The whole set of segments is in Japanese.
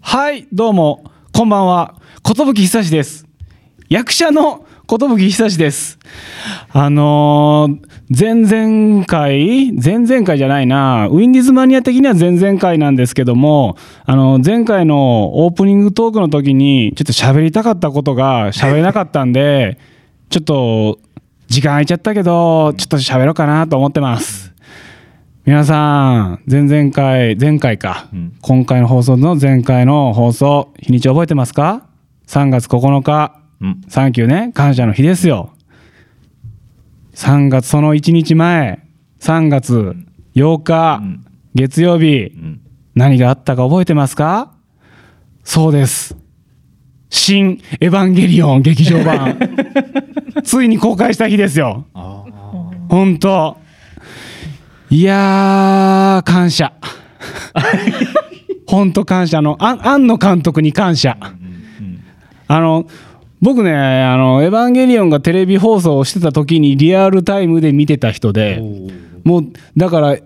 はい、どうも、こんばんは。寿久志です。役者の寿久志です。あのー前々回、前々回じゃないな、ウィンディーズマニア的には前々回なんですけども、あの、前回のオープニングトークの時に、ちょっと喋りたかったことが喋れなかったんで、ちょっと、時間空いちゃったけど、ちょっと喋ろうかなと思ってます。皆さん、前々回、前回か、うん今回の放送の前回の放送、日にち覚えてますか ?3 月9日、うん。サンキューね、感謝の日ですよ。3月、その1日前、3月8日、うん月曜日う、ん。何があったか覚えてますかそうです。新エヴァンゲリオン劇場 版。ついに公開した日ですよ。あ本当いやー感謝本当感謝あのあ庵野監督に感謝あ。うん。あの僕ねあの「エヴァンゲリオン」がテレビ放送をしてた時にリアルタイムで見てた人でもうだから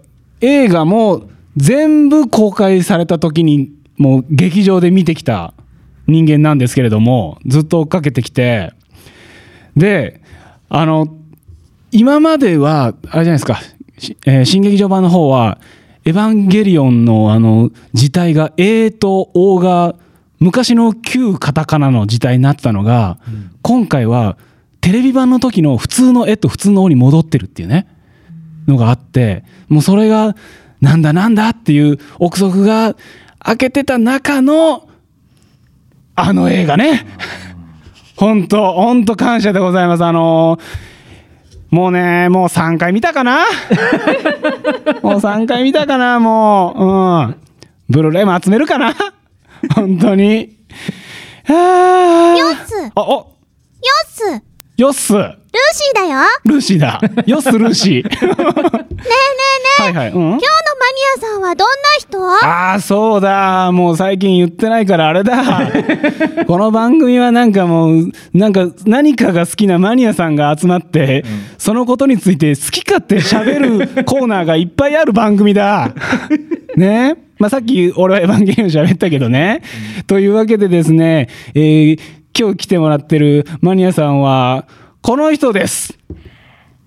映画も全部公開された時にもう劇場で見てきた人間なんですけれどもずっと追っかけてきてであの今まではあれじゃないですか、しえー新劇場版の方は「エヴァンゲリオンの」あの字体が A と O が昔の旧カタカナの字体になってたのが、今回はテレビ版の時の普通の絵と普通の O に戻ってるっていうねのがあってもうそれがなんだなんだっていう憶測が開けてた中のあの映画ね。本当本当感謝でございます。あのーもうね、もう3回見たか なもう3回見たかなもう、うん。ブルーレイも集めるかな本当に。あーよっすあ、お、よっすルーよっす。ルシーだよねーシーだ。よっす、ルーシー。えねえねえ、はいはい。うん今日のマニアさんはどんな人ああそうだもう最近言ってないからあれ だこの番組はなんかもうなんか何かが好きなマニアさんが集まって、そのことについて好き勝手喋るコーナーがいっぱいある番組 だねまあさっき俺はエヴァンゲリオン喋ったけどね、というわけでですね、えー今日来てもらってるマニアさんはこの人です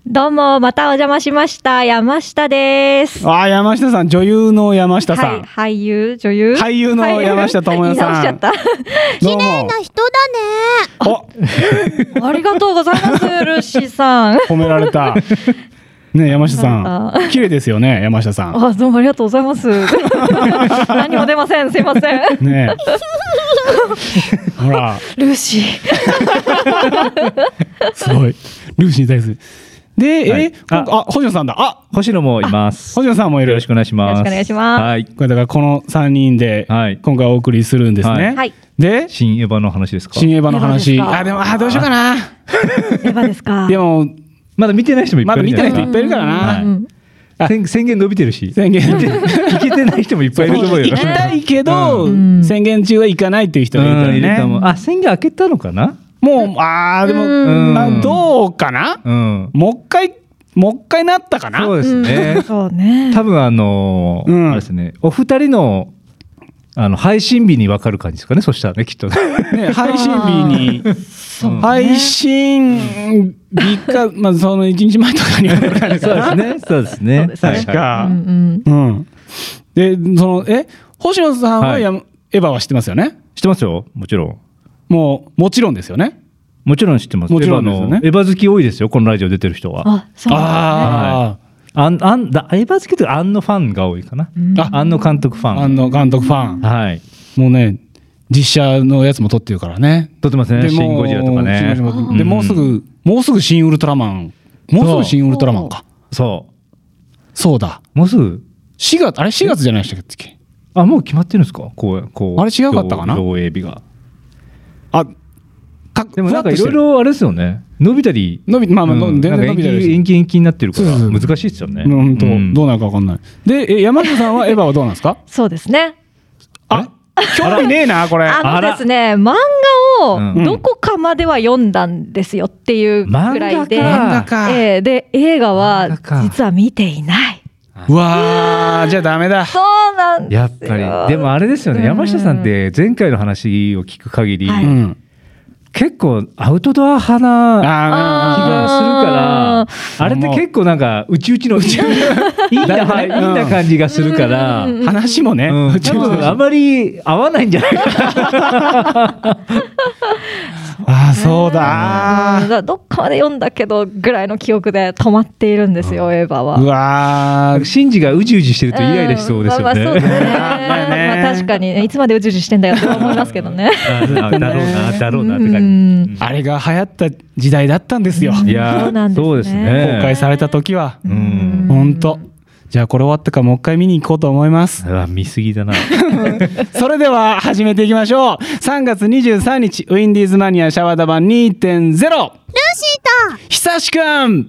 どうも、またお邪魔しました。山下です。ああ山下さん女優の山下さん、はい、俳優、女優。俳優の山下智代さんはい 言どうい直しも変な人だねおちゃった。ありがとうございます、ルーシーさん。褒められ た。ねえ山下なさんん、綺麗ですよね山下さん。あ、どうもありがとうございます。何も出ません、すいません。ね え。ほらルーシー。すごいルーシーに対する。ではいえああ星野さんだあ星野もいます。星野さんもいよるろし。くお願いします。よろしくお願いしますはい。これだからこの三人ではい今回お送りするんですね。はい。で新エヴァの話ですか新エヴァのエ話。ヴァですかあでもあどうしようかな。エヴァですか。でもまだ見てない人もいっぱまいいだる見じてなゃい人いっですかぱいいるからはな。うん宣宣言伸びてるし。宣言。聞けてない人もいっぱいいると思うよ。行きたいけどうん宣言中は行かないっていう人うがいるかんいるらと思うね。あ、宣言開けたのかなもうあーでもうんあどうかな。うん。もう一回、もう一回なったかなそうですうねん。そうね。多分あのうんー、あれですね、お二人の、あの、配信日に分かる感じですかね、そしたらね、きっとね。ね、 配信日に。そうね配信日 か、まあ、その1日前とかには分かるそうかでなす。ね。 そうですね。そうです確ねはいうんかう。ん。うん。で、その、え、星野さんははいや、エヴァは知ってますよね知ってますよ。もちろん。もう、もちろんですよね。もちろん知ってます。もちろんですよねエヴァのエヴァ好き多いですよ。このラジオ出てる人は。あ、そうなんああん、あん、だ、エヴァ好きというか、あんのファンが多いかな。ですね。ああんの監督フあ、ァあン。の監督ファン。はい。もうね、実写のやつも撮ってるからね。撮ってますね。シンゴジラとシかンゴジラね。もで、うんもうすぐ、もうすぐ新ウルトラマン。もうすぐ新ウルトラマンか。そそうだ。う。もうすぐ。 4月、あれ4月じゃないでしたっけあ、もう決まってるんですか。こう、こう。あれ違かったかな上映日が。あ、かでも、なんかふわっいろとしているろあれですよね。伸びたり。伸び、まあまあ、う全ん然伸びたなんりかし延期、延期、延期になってるかそら、うそう難しいですよね。うん本当、うんどうなるかわかんない。で、え山下さんは エヴァはどうなんですかそうですね。あ、興味ねえな、これ。ああのらですね、漫う画んをどこかまでは読んだんですよっていうくらいで、漫画かええで映画は漫画か実は見ていない。うわーじゃあダメだそうなんですよやっぱりでもあれですよね、うん山下さんって前回の話を聞く限り、はういん結構アウトドア派な気ああがするからああれって結構なんかうちうちのうちい いんだだ はいいいぶねんな感じがするから、うんー話もね、うん、多分あまり合わないんじゃないかな。ああそううんだだどっかまで読んだけどぐらいの記憶で止まっているんですよ、エヴァは。うわ ーシンジがうじうじしてるとイライラしそうですようんまあまあそうですねね。だよねまあ確かにいつまでうじうじしてんだよって思いますけどね。あだろうな、だろうなってう感んあれが流行った時代だったんですよじ。いそやうなんですー、ねそうですね。公開された時はううんん。本当じゃあこれ終わったからもう一回見に行こうと思いますうわ見すぎだ な。それでは始めていきましょう3月23日ウィンディーズマニアシャワダ版2.0ルーシーと、久しくん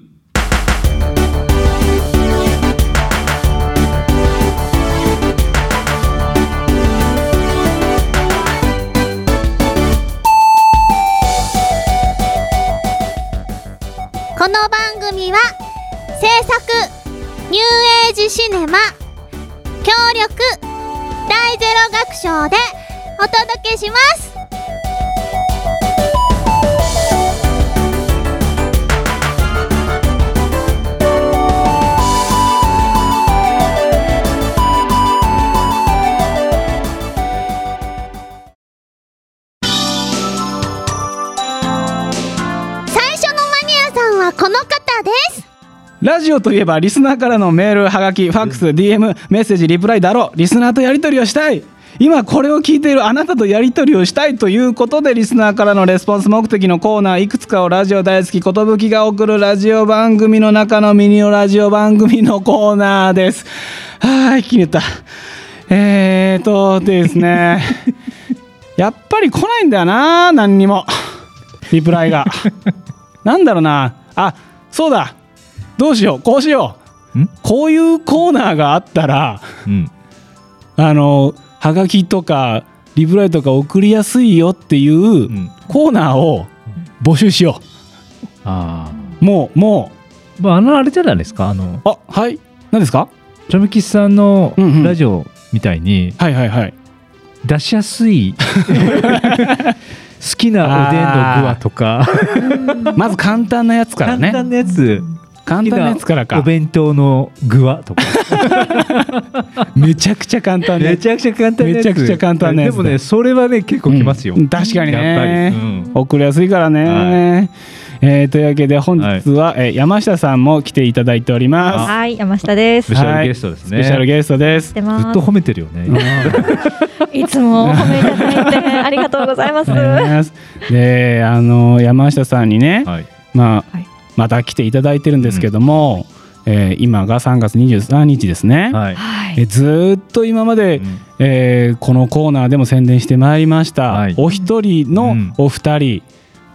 この番組は、制作、ニューエイジシネマ、協力、大ゼロ学賞でお届けします。最初のマニアさんはこの方ですラジオといえばリスナーからのメール、ハガキ、ファックス、DM、メッセージ、リプライだろう。リスナーとやり取りをしたい。今これを聞いているあなたとやり取りをしたいということでリスナーからのレスポンス目的のコーナーいくつかをラジオ大好き寿が送るラジオ番組の中のミニオラジオ番組のコーナーです。はーい、切れた。えーとですね。やっぱり来ないんだよな何にもリプライがなんだろうなあそうだどうしようこうしようんこういうコーナーがあったらうん。あのハガキとかリプライとか送りやすいよっていうんコーナーを募集しよああ。うもうもまああのあれじゃないですか。あのうあはい何ですかチョメキスさんのうんうんラジオみたいにはいはいはい出しや すい好きなおでんの具はとか、まず簡単なやつからね簡単なやつ。簡単なやつからおか弁当の具はとかめちゃくちゃ簡単なやめつちゃくちゃ簡単なやつめちゃくちゃ簡単なやつだでもねそれはね結構きますよ、うん確かにねやっぱり、うん送りやすいからね、えーというわけで本日は、えー山下さんも来ていただいておりまはい、山下です。スペ知シャルゲストですすね、スペシャルゲストですってずっまと褒めてるよね、す。いつもお褒めいただいてありがとうござ います。であの山下さんにね、はい、まあはいまた来ていただいてるんですけども、えー今が3月23日ですね、はいはえい。ずーっと今まで、うんえーこのコーナーでも宣伝してまいりました、はいお一人うのんお二人、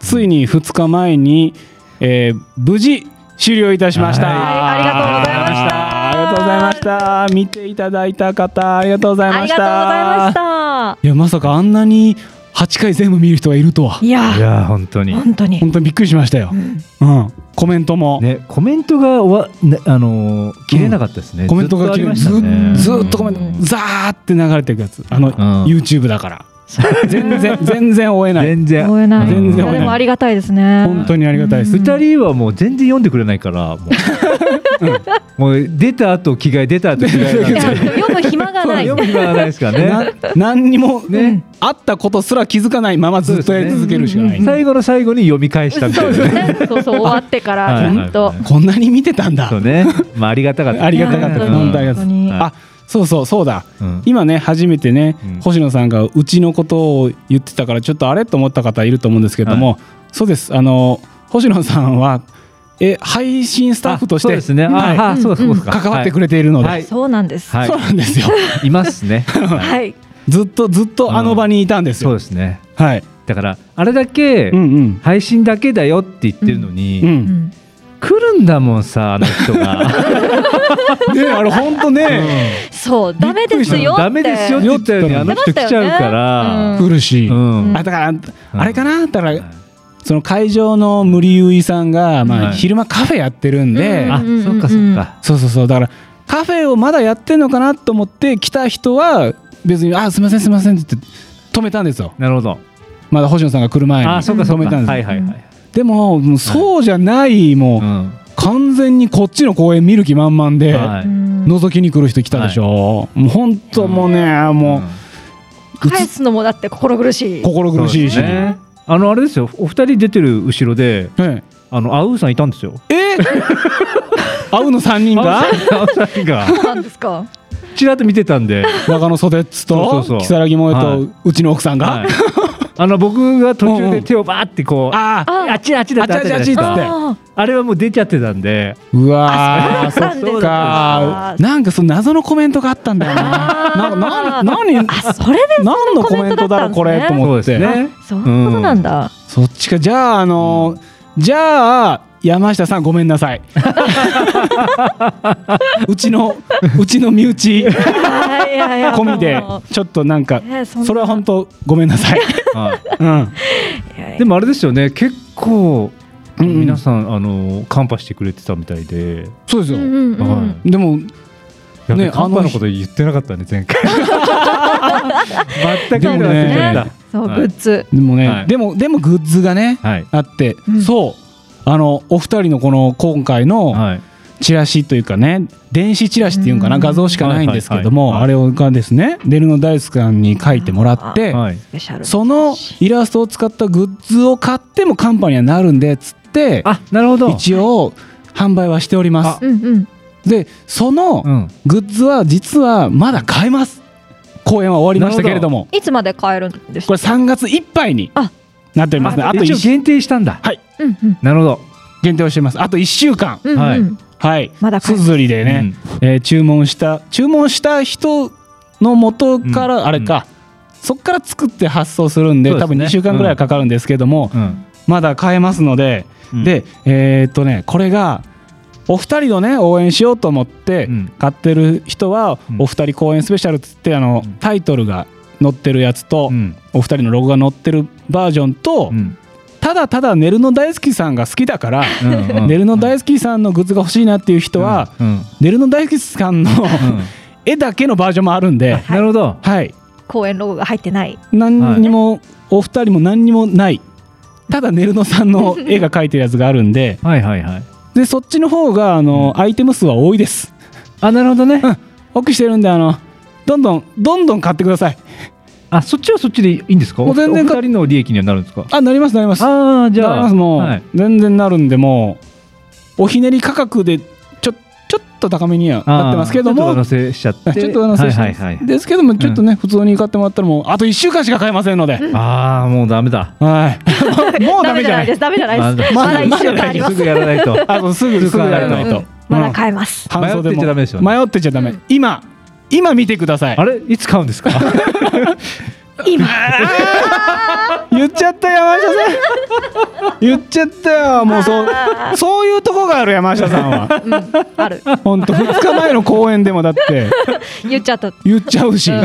ついに2日前に、えー無事終了いたしました、はいありがとうございましたありがとうございました見ていただいた方ありがとうございあまりしたがとうございました。いやまさかあんなに8回全部見る人がいるとはいやいやー本当に本当に。本当にびっくりしましたよ、うん、コメントも、ねコメントがわ、ね、あのー切れなかったですね、コメントがずっとありましずたねずーっとコメント、うんザーって流れていくやつあの、うん YouTube だから全然全然追えない全然追えない。全然追えないいやでもありがたいですね。本当にありがたいです、二人はもう全然読んでくれないからもうもう出た後着替え出た後着替えなんいでや読む暇がない。読む暇がないですからねな何にも、ねあったことすら気づかないままずっとやり続けるしかない、最後の最後に読み返したみたそういでなすね。そうそう終わってはかいらはいはいずっと。こんなに見てたんだそうね。まあありがたかった。ありがたかったうん本当ありがたかった本当にあそうそうそうだうん今ね初めてね、うん星野さんがうちのことを言ってたからちょっとあれと思った方いると思うんですけども、そうですあの星野さんはえ配信スタッフとしあそうてですね。あ、あそうそうですか。関わってくれ。れているので、はいそうなんです。はいそうなんですよいま すね。はいはい。ずっとずっとあの場にいたんですそうよ、ですね。はいだからあれだけうんうん配信だけだよって言ってるのうに、ん、来るんだもんさあの人が。 ねあれ本当ね、そう、ダメですよって。ダメですよって言ったようにあの人来ちゃうから。来るし、うん。あだから、あれかなだから、その会場の無理ゆいさんが、まあはい昼間カフェやってるんで、あ、そっかそっか。そうそうそうだからカフェをまだやってんのかなと思って来た人は別に「あすいませんすいません」って言って止めたんですよなるほど。まだ星野さんが来る前にあ、そうか、そう止めか。たんですはいはいはい。でももうそうじゃないもう、うん。完全にこっちの公園見る気満々で、はい。うん覗きに来る人来たでしょ、もう本当もうね、もうんう、う返つすのもだって心苦しい。心苦しいし、そうですねあのあれですよ。お二人出てる後ろで、えあのアウーさんいたんですよ。ええ会うの3人アがウーさんがなんですか。ちらっと見てたんで。中野袖っつそとうそうそう木更木萌えと、はいうちの奥さんが、はいあの僕が途中で手をバーってこう、ああああっちだあっちだってあったじゃないですあっちだあっちだか。ああれはもう出ちゃってたんで、うわーあそうなんですそっかかなんかその謎のコメントがあったんだ よななな何ーあ、それで。何のコメントだろうこれとそう思でっすてね。そういうことなんだ。そっちかじゃああのーじゃあ山下さんごめんなさ いうちのうちの身内はいいやいや込みでもうちょっとなんかえそんなそれは本当ごめんなさ い、はいうん、いやいやでもあれですよね結構うんうん皆さん、あのカンパしてくれてたみたいで、そうですうよ、んうんうんはいでもやべねカンパあのの人こと言ってなかったね前 回全く忘れちゃった、でもねそう、グはいッズ。でもね、はいでもでもグッズがねはいあって、うんそうあのお二人のこの今回のはいチラシというかね電子チラシっていうんかな、うん画像しかないんですけども、はいはいあれがですねデルノ大スさんに書いてもらって、はいスペシャル。そのイラストを使ったグッズを買ってもカンパにはなるんでっつってあなるほど一応販売はしておりますうんうん。でそのうんグッズは実はまだ買えます公演は終わりましたけれどもいつまで買えるんですこれ3月いっぱいにあなっておりますねあと一応1週限定したんだれ。うんうん。なるほど限定をしてますあと1週間うんうんはいはいまだ買えすずりでね、えー注文した注文した人の元から、うんあれか、そこから作って発送するんでそうで多すね分2週間ぐらいはかかるんですけども、うんまだ買えますので、うんでえーっとねこれがお二人のね応援しようと思ってうん買ってる人はう「んお二人公演スペシャル」っつってあのうんタイトルが載ってるやつとうんお二人のロゴが載ってるバージョンとうんただただ寝るの大好きさんが好きだからうんうん 寝るの大好きさんのグッズが欲しいなっていう人はうんうん寝るの大好きさんの絵だけのバージョンもあるんでなるほどはい公園ロゴが入ってない。何にもお二人も何にもないただ寝るのさん の絵が描いてるやつがあるんで。はいはいはいでそっちの方があの、アイテム数は多いですあなるほどね多くしてるんであのどんどんどんどん買ってくださいあそっちはそっちでいいんですかもう全然お二人の利益にはなるんですかあなりますなりますああじなりゃまあすもう、はい全然なるんでもうおひねり価格でちょちょっと高めにはなってますけどあーちょっと上も乗せしちゃってちょっとあの、はいはいはいですけどもちょっとね、普通に買ってもらったらもうあと1週間しか買えませんので、ああもうダメだはい もうダダメメじじゃゃなないいです。ダメじゃないです。ままだだ一週間ありますす。ぐやらないとあのすぐすぐやらないと、すぐやらないうんまだ買えます。半袖迷ってちゃダメですよね迷ってちゃダメ、今今見てくださいあれいつ買うんですか今。言っちゃった山下さ ん言っちゃったよもうそうあそういうとこがある山下さん はうんある。本当2日前の公演でもだって言っちゃった。言っちゃうし、うん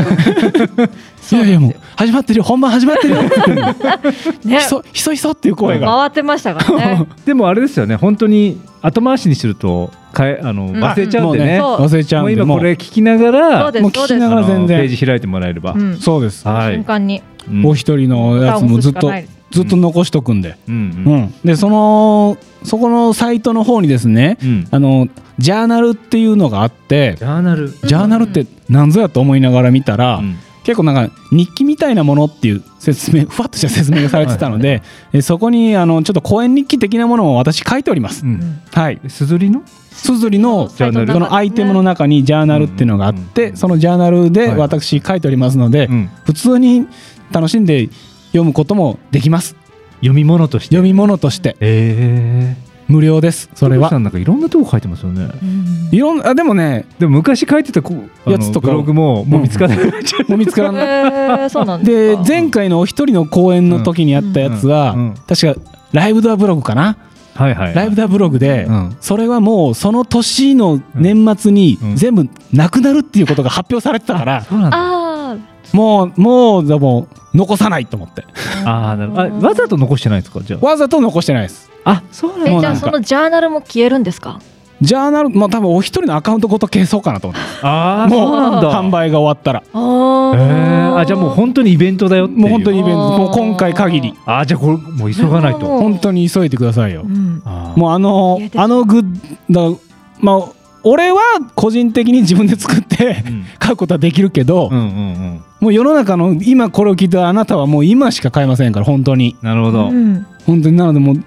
いやいやもう始まってるよ本番始まってるよって言ってね。ひそひそひそっていう声が、回ってましたからね。でもあれですよね本当に後回しにするとかえあのん忘れちゃうんもうでねね,、そう忘れちゃもううんで今もうこれ聞きながらそうでもうす。そ聞うきでなすが。あらの全然ページ開いてもらえれば、うん。そうです、 はい瞬間に。うんお一人のやつもずっとボタン押すしかないですずっと残しとくんで、うんううんんでそのそこのサイトの方にですね、うんあのジャーナルっていうのがあってジャーナル、ジャーナルって何ぞやと思いながら見たら、うん結構なんか日記みたいなものっていう説明ふ わっとした説明がされてたの で、えそこにあのちょっと公演日記的なものを私書いております、うんはいすずりのすずりのジャーナルそのアイテムの中にジャーナルっていうのがあって、うんそのジャーナルではい私書いておりますので、うん普通に楽しんで読むこともできます読み物として読み物としてええ無料ですそれさはんなんかいろんなとこ書いてますよねうんいろんあでも ねでも昔書いてたこあのやつとかブログももう見つかんなくなっちゃもう見つからないえーそうなんでですか。前回のお一人の公演の時にやったやつは、うんうん確かライブドアブログかな、うはいはい、はい、ライブドアブログで、うんそれはもうその年の年末にうん全部なくなるっていうことが発表されてたから、そうなんだあもうもうでも残さないと思ってあ。あーなるほどあわざと残してないんですかじゃあわざと残してないですあそうえもうじなゃあんかそのジャーナルも消えるんですか。ジャーナルまあ多分お一人のアカウントごと消そうかなと思ってああもそうなんだ販売が終わったらおへーあじゃあもう本当にイベントだよっていうもう本当にイベンあトーもう今回限りあーじゃあこれもう急がないともう本当に急いでくださいようんあーもうあのいやでもあのグッだまあ俺は個人的に自分で作ってうん買うことはできるけど、うんうんうんもう世の中の今これを聞いたあなたはもう今しか買えませんから本当になるほど、うん本当になのでもう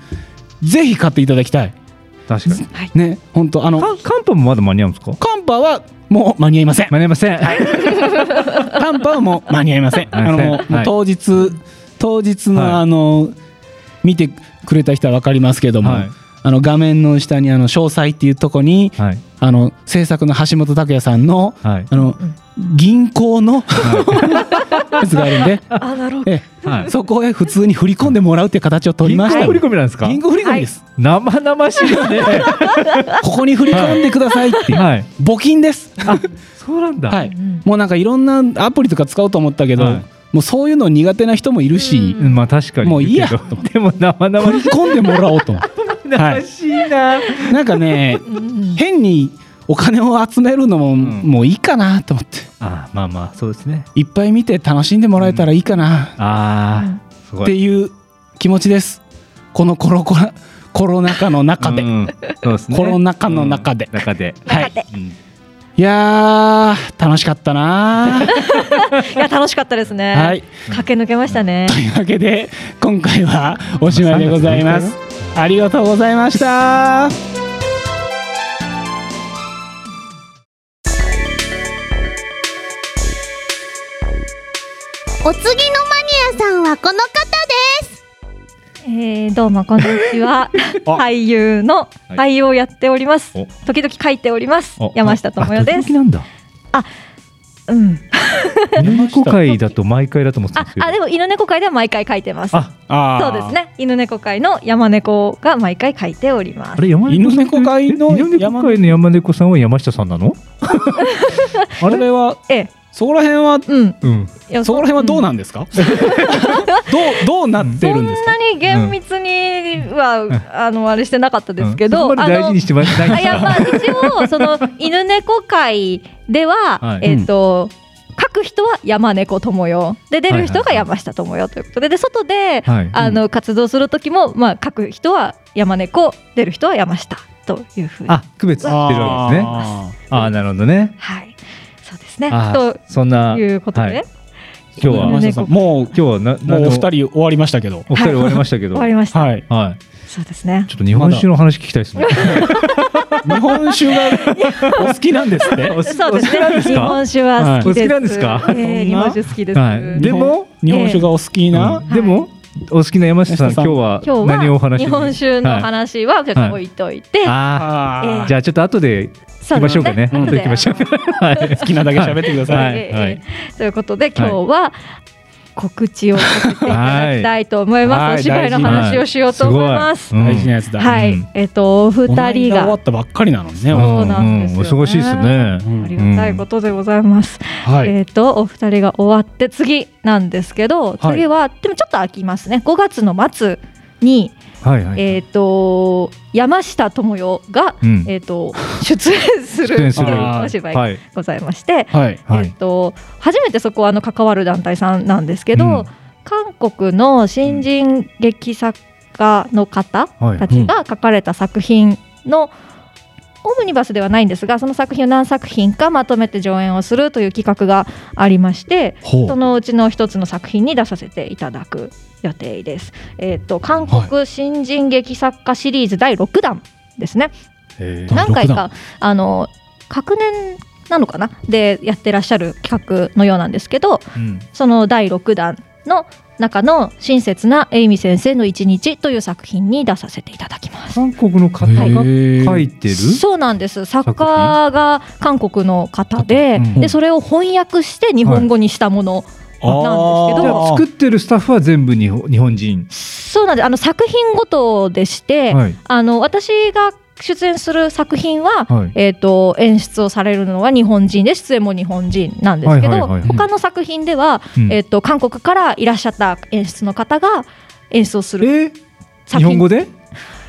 ぜひ買っていただきたい確かにね本当あのカンカンパもまだ間に合うんですかカンパはもう間に合いま せん間に合いません、カンパはもう間に合いませんあ間に合のいまもせんうもはうい当日当日はいのあの見てくれた人は分かりますけどもはいあの画面の下にあの詳細っていうとこにはいあの制作の橋本拓也さんのはいあの銀行のやつがあるんで、あなるほどえはえ、そこへ普通に振り込んでもらうっていう形を取りました銀行振り込みなんですか銀行振り込みです、生々しい よねここに振り込んでくださいっていう、はい募金ですあそうなんだ、はいうんもうなんかいろんなアプリとか使おうと思ったけど、はいもうそういうの苦手な人もいるし、うんまあ確かにもういいやけど でも生々振り込んでもらおうと思って はいしいな、 なんかねうん変にお金を集めるのも、んもういいかなと思ってあーまあまあそうですねいっぱい見て楽しんでもらえたらいいかなああすごっていいう気持ちですこのコロコロコロナ禍の中で、うんそうですねコロナ禍の中でうん中で、はいうんいやー楽しかったなーいや楽しかったで すねはい駆け抜けましたねというわけで今回はおしまいでございますまありがとうございましたお次のマニアさんはこの方ですえー、どうもこんにちはあ俳優のはい俳優をやっておりますお時々書いておりますお山下智代であ時す々なんだうん犬猫会だと毎回だと思ってたんあですけどあでも犬猫会では毎回書いてますああそうですね犬猫会の山猫が毎回書いておりますあれ山猫犬猫会のえ犬猫会の山猫さんは山下さんなのあこれれはええそこら辺はうんうんいやそこら辺はどうななんです かどうどうなってるんですそかんなに厳密には、んあのあれしてなかったですけうんそど、こまで大事にしてました あいやまあ一応その犬猫会では、はいえっ、と、書く人は山猫友よで出る人がはいはい山下友よということでで外で、はいあの活動する時もまあ書く人は山猫出る人は山下というふうにあ区別してるわけですねあああなるほどねはいそうですねあーとそんないうことで、はい今日ーは山今下さんもう日はなもなうお二人人終わりましたけどお二人終わりましたけど終わりました、はいはいそうですねちょっと日本酒の話聞きたいですね。 日本酒 がお好きなんですってお そうおで好すきなんねです日か。本酒は好きです、はいお好きなんですかえー日本酒好きです、はいでも日本日本酒がお好きな、うんでもお好きな山下さん山下さ今ん日今は日何をおは話し日本酒のはい話はちょっと置いといて、ああえあえあじゃあちょっと後でそ行きまうでしすょうかね。ね後で行きましょう。はい 好きなだけ喋ってください、はいええええということで今日は告知をさせていただきたいと思はいいます。お芝居の話をしようと思います。は大い事なやつだ、はういん、えっとおこの間二人終わがったばっかりなのにね、すごいそうなんですよねうお忙しいですね。うんありがたいことでございます。はい、えっとお二人が終わって次なんですけど、はい次はでもちょっと空きますね。5月の末にはいはい。えっと山下智代がうんえっと出演する出演するお芝居がいございまして、はいはえっい。と初めてそこはあの関わる団体さんなんですけど、うん韓国の新人劇作家の方はいたちが書かれた作品の、オムニバスではないんですがその作品を何作品かまとめて上演をするという企画がありましてほそのうちの一つの作品に出させていただく予定です。えっと韓国新人劇作家シリーズ第6弾ですね。えーな何回六かあの各年なのかなでやってらっしゃる企画のようなんですけどうんその第6弾の中の「親切なエイミ先生の一日」という作品に出させていただきます。韓国の方が書いてる。そうなんです作家が韓国の方で,、うんでそれを翻訳して日本語にしたもの、なんですけじゃどあ作ってるスタッフは全部日本日本人。そうなんですあの作品ごとでして、はいあの私が出演する作品は、はい。えー、と演出をされるのは日本人で出演も日本人なんですけど、はいはいはいはい他の作品では、うんえー、と韓国からいらっしゃった演出の方が演出をするえー作品日本語で？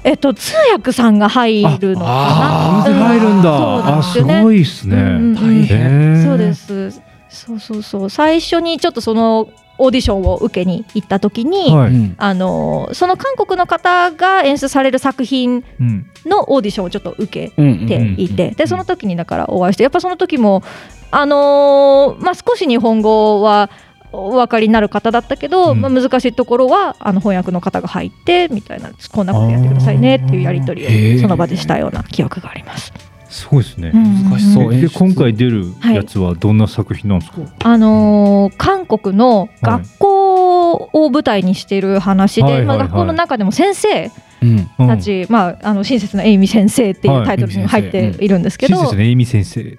えっと、通訳さんが入るのかああな。うん入るんだ、そうなんあですすよねごいですね、うんうんうんへえそうです。そうそうそう。最初にちょっとそのオーディションを受けに行った時に、はい、うんあのその韓国の方が演出される作品うんのオーディションをちょっと受けうんっうてんいて、でその時にだからお会いしてやっぱその時もあのーまあ少し日本語はお分かりになる方だったけど、うんまあ難しいところはあの翻訳の方が入ってみたいなこんなことやってくださいねっていうやり取あーへりーをその場でしたような記憶があります。すごいですね、難しそうんでで今回出るやつはどんな作品なんですか、あのー韓国の学校を舞台にしてる話で、はいまあ、はいはい学校の中でも先生うんうんたち、まあ、あの親切なエイミ先生っていうタイトルにも入っているんですけど、親切ねえみ先生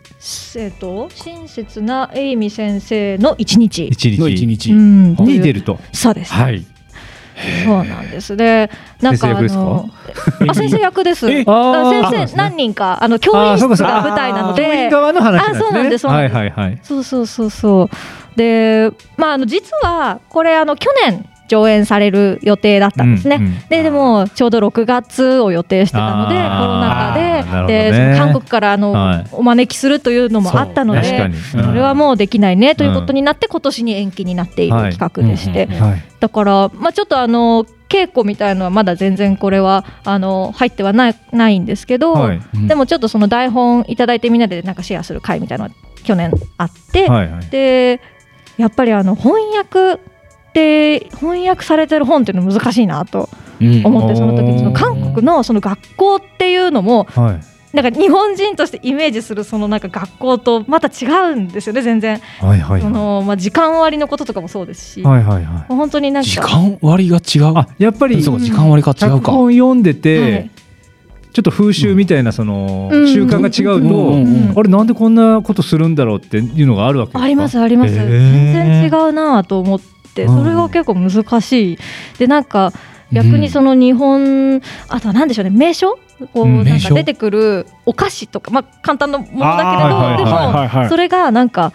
えっと、親切なエイミ先生の一日一日の一日、うんっていにう出るとそうです、はいそうなんですでなんか先生役ですか あのあ先生役ですえあーそうなあんで先す生ね何人かあの教あー員そう室かそうかが舞台なのあー教員で側の話なんですねあそうなんですそうはないんですはいはいそうそうそうそうでまああの実はこれあの去年上演される予定だったんですね、うんうんででもちょうど6月を予定してたのでコロあーなるナ禍ほどで,、ねでその韓国からあの、はいお招きするというのもあったので確かに、うんそれはもうできないねということになって、今年に延期になっているはい企画でして、うんうんうんはいだから、まあ、ちょっとあの稽古みたいのはまだ全然これはあの入ってはないないんですけど、はいうんでもちょっとその台本いただいてみんなでなんかシェアする会みたいなのが去年あって、はいはいでやっぱりあの翻訳って翻訳されてる本っていうの難しいなとうん思ってその時にそのおー韓国のその学校っていうのもはいなんか日本人としてイメージするそのなんか学校とまた違うんですよね全然。はいはいそのまあ、時間割のこととかもそうですし、はいはいはいもう本当になんか時間割が違うあやっぱりそううかん時間割が違脚うか本読んでて、はいちょっと風習みたいなそのうん習慣が違うと、うんうんあれなんでこんなことするんだろうっていうのがあるわけですかありますあります、へー全然違うなと思ってそれが結構難しい、でなんか逆にその日本あとは何でしょうね名所こううんな名ん所か出てくるお菓子とか、まあ、簡単なものだあーけれど、はいはいはいでもそれがなんか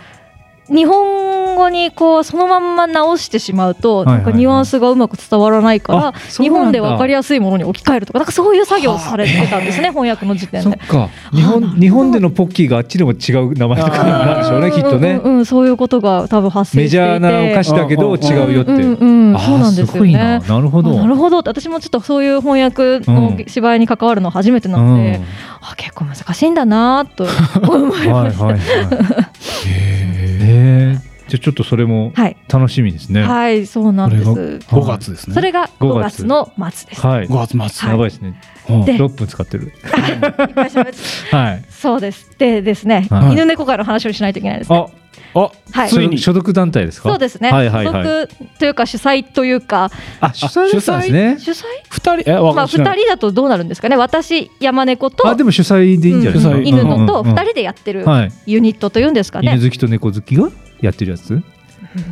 日本語にこうそのまんま直してしまうとはいはないんかニュアンスがうまく伝わらないから、あそう日なんだ本で分かりやすいものに置き換えるとかなんかそういう作業をされてたんです ね、翻訳の時点そっで。か日本日本でのポッキーがあっちでも違う名前とかあーなんでしょうねきっとね、うんうんうん、そういうことが多分発生メしジていてャーなお菓子だけどうん違うよって、うんうんうん、そうなんですよね。あーすごいななるほあどなるほどって私もちょっとそういう翻訳のうん芝居に関わるの初めてなので、あ結構難しいんだなと思うんいはまいしはいはいへえへえじゃあちょっとそれもた。はい、楽しみですねい、はい、そうなんでこす。 5月ですねそれが5 5月の末です。はい5月末やばいですねうんで6分使 ってるいっぱい喋ってはいそうです。でですね、はい犬猫会の話をしないといけないですね。ああはい。ついに所属団体ですかそうですね。はいはいはい所属というか主催というかあ主催だったんですね主催2人えわまあ知ら2ない人だとどうなるんですかね私山猫とあでも主催でいいんじゃないですか、ううんん、犬のとうんうん2人でやってるはいユニットというんですかね犬。好きと猫好きがやってるやつ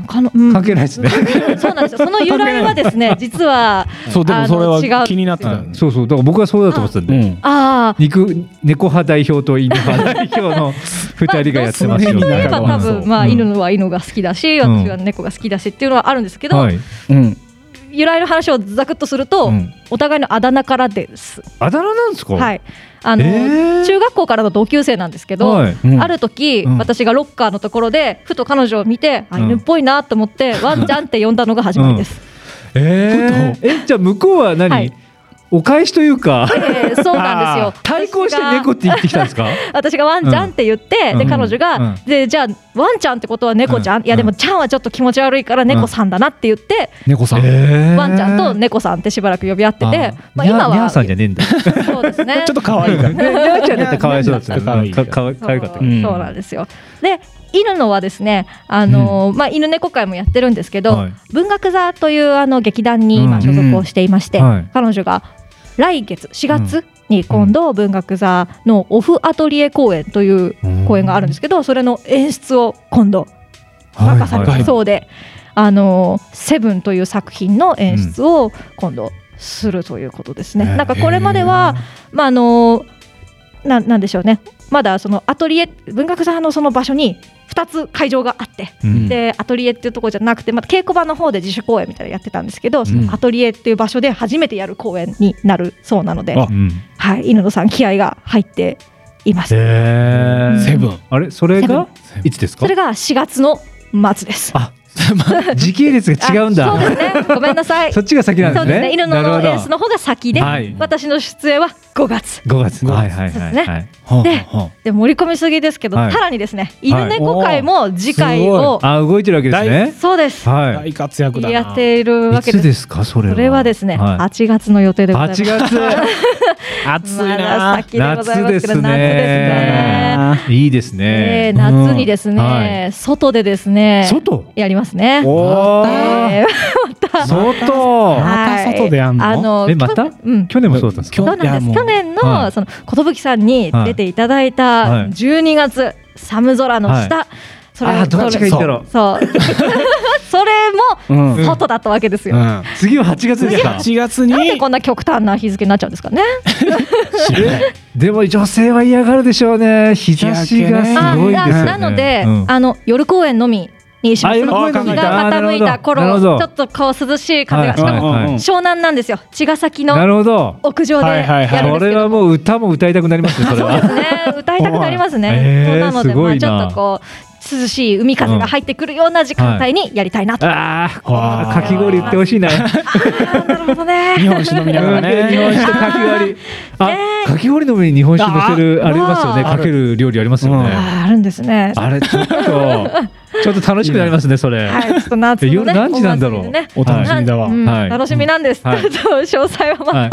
かのうん関係ないですね そうなんですよ。その由来はですね、実は、そうでもそれあの違はう気になってたはんいですそうそうだから僕はそうだと思ってたんうで、んああ、肉猫派代表と犬派代表 の二人がやってますよ、まあどうすれやっぱば多そう分、まあ、犬のは犬が好きだし、うん私は猫が好きだしっていうのはあるんですけど、はい、うん由来の話をざくっとすると、うんお互いのあだ名からです。あだ名なんですかはい。あの、えー中学校からの同級生なんですけど、はいうんある時、うん私がロッカーのところでふと彼女を見て、あうん犬っぽいなと思って、ワンちゃんって呼んだのが始まりです。えー、えじゃあ向こうは何、はいお返しというかえ ーそうなんですよあー。 対抗して猫って言ってきたんで すか私がワンちゃんって言って、うんでうん彼女が、うんでじゃあワンちゃんってことは猫ちゃん、うんいやでもちゃんはちょっと気持ち悪いから猫さんだなって言って、猫さんえーワンちゃんと猫さんってしばらく呼び合ってて、あまあ今ニャーはさんじゃねえ んだそうですね ちょっと可 愛いからねね、ニャーちゃんだったらかわいそうだったよね。可愛いかかわかわいかったそうね。んそうなんですよ。で犬のはですね、あのーまあ、犬猫会もやってるんですけど、はい文学座というあの劇団にう今ん所属をしていまして、はい彼女が来月4月に今度文学座のオフアトリエ公演という公演があるんですけど、それの演出を今度任されはいたそうで「あのセブン」という作品の演出を今度するということですね。うんなんかこれまでは、まああのななんでしょうねまだそのアトリエ文学座のその場所に2つ会場があって、うんでアトリエっていうところじゃなくて、また稽古場の方で自主公演みたいなのやってたんですけど、そのアトリエっていう場所で初めてやる公演になるそうなので、あうんはい、犬野さん気合が入っています。へーセブン。あれそれがいつですかそれが4月の末です。あ 時系列が違うんあだそうですね。ごめんなさ い。そっちが先なんでそすうですね。ね犬野なるのほレどースの方が先で、はい私の出演は5月。 5月五月はいはいはいそうですはいではあはあで盛り込みすぎですけど、はいさらにですね、犬猫会も次回を、あ動いてるわけですねそうです、は大活躍だな。やっているわいいけつです。ですかそれはそれはですね、はい8月の予定でございます。 8月熱いまだな。 先でございますけど、夏で夏すですねね。いいですえねー夏にですうんはいね、外でですね、外やりますね。おーえー外はいまた外でやんのあのえまた去うん、去年もそうだったんですかそうなんです去年の、はいその寿さんに出ていただいはいた12月寒空の下、それあーどっちがいいんだろうそうそれうんも外だったわけですよ、うん。次は8月ですか8月なんでにこんな極端な日付になっちゃうんですかね。知らないでも女性は嫌がるでしょうね日差しがすあごいですよねななので、うんあの夜公演のみにします。あ夜公演のみ日が傾いたあなる頃、ほちどょっとこう涼しい風が、しかもはいうん湘南なんですよ。茅ヶ崎なのるほど屋上ではいはいはいやるんこですけれどは。もう歌も歌いたくなりますねそれはね、歌いたくなります へね。ーそうなのすで、まごあいちなょっとこう涼しい海風が入ってくるような時間帯にやりたいなと。あーあーかき氷売ってほしいな あーなるほどね。日本酒飲み日ながら本ね。酒かき氷あかき氷の上に日本酒乗せるあありますよねわかける料理ありますよね あーあるんですね。あれちょっとちょっと楽しくなりますねそれは、はいちょっと夏のね夜、何時なんだろうお祭りでねお楽しみだわうんはい楽しみなんです。はい ちょっと詳細はまた、は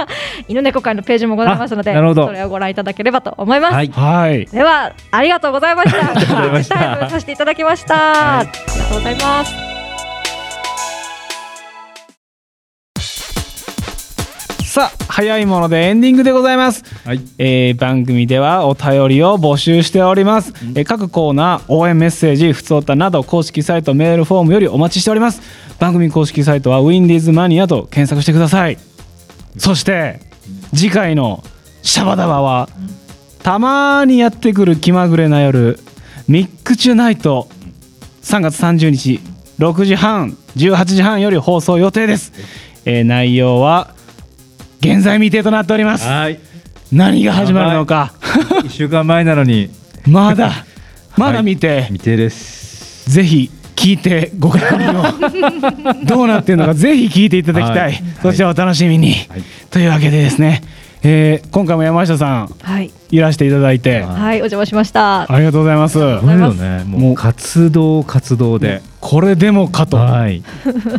犬猫会のページもございますので、あなるほどそれをご覧いただければと思います。いはい。では、ありがとうございました。 りがとうございましたタイムさせていただきました。はいありがとうございます。さあ早いものでエンディングでございます、はいえー番組ではお便りを募集しております、えー各コーナー応援メッセージふつおたなど公式サイトメールフォームよりお待ちしております番組公式サイトはウィンディーズマニアと検索してくださいそして次回のシャバダバはたまーにやってくる気まぐれな夜ミックチュナイト3月30日6時半18時半より放送予定です、えー内容は現在未定となっておりますはい何が始まるのか1週間前なのにま だまだ見て、未定ですぜひ聞いてご確認 をどうなってるのかぜひ聞いていただきたい、はいそちらお楽しみに、はいというわけでですね、えー今回も山下さんはい、いらしていただいて、はいはい、お邪魔しました。ありがとうございますすごいよねももうう活動活動でこれでもかと、はい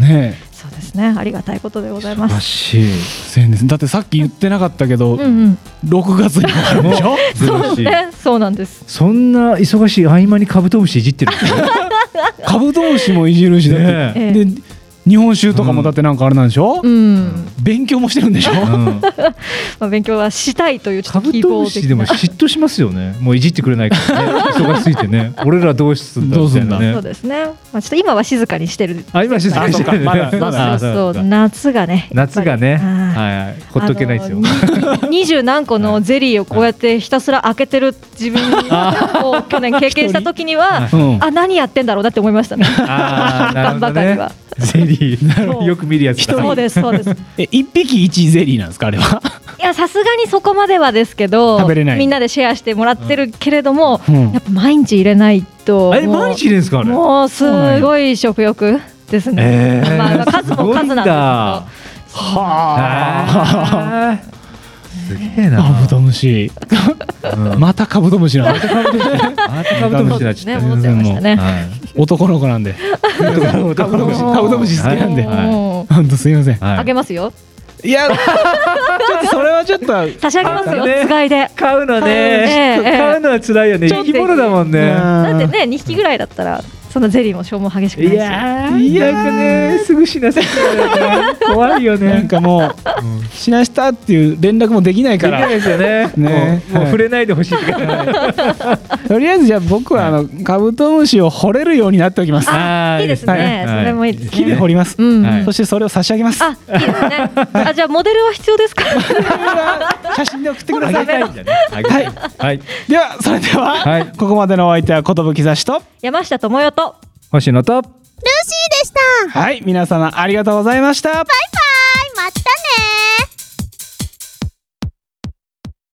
ねえそうですね、ありがたいことでございまらす。しいせんですだってさっき言ってなかったけど、うんうん、 6月にあるで しょ素晴らしいね、そうなんです。そんな忙しい合間にカブトムシいじってるんですよカブトムシもいじるしだって、ねええで日本酒とかもだってなんかあれなんでしょ、うん、勉強もしてるんでしょ、うんまあ、勉強はしたいというちょカっとブ希ト望ム的シでもな。嫉妬しますよね。もういじってくれないからね。忙しすぎてね。俺らどうすんだどうみすたいんだなそうね。ですね。まあ、ちょっと今は静かにしてる。あ、今静かにしてるね。あそうかまだまだあそうそそううか夏がね。夏がね、やっぱりはいはいはい、ほっとけないですよ。二十何個のゼリーをこうやってひたすら開けてる自分を去年経験した時には一人うん、あ何やってんだろうなって思いましたね。あー簡単ばかりは。ゼリー、そうよく見るやつだ。そうですそうです。 いえ一匹一ゼリーなんですかあれはやさすがにそこまではですけど食べれないみんなでシェアしてもらってるけれども、うんやっぱ毎日入れないとえ、もう毎日入れるんですかあれ。もうすごい食欲ですね。えーまあ、数も数なんですはああーすげえ な。カブトムシうんまたカブトムシなのあカブトムシだちけょど、っね、思っちゃいましたね。と。男の子なんで カブトムシカブトムシ好きなんではもうほんとすいませんいあげますよ。い やちょっとそれはちょっと差し上げますよ。あねつがいで。買うのえ えね、買うのは辛いよね。ちょっ生とき物だもんね。だってね、二匹ぐらいだったらそのゼリーも消耗激しくないしいやなんかねすぐ死なせて怖いよねなんかもう、死なしたっていう連絡もできないでかきらないですよねねもうもはうい触れないでほしいって感じとりあえずじゃあ僕はあのカブトムシを掘れるようになっておきますあーいいですね、はいそれもいいです木でね、掘ります、うん、はいそしてそれを差し上げますあいいですねあじゃあモデルは必要ですか 写真で送ってくだあさげいたいんじゃねあげたいはいではそれでは、はいここまでのお相手は寿差しと山下智代と星野とルーシーでしたはい皆様ありがとうございましたバイバイ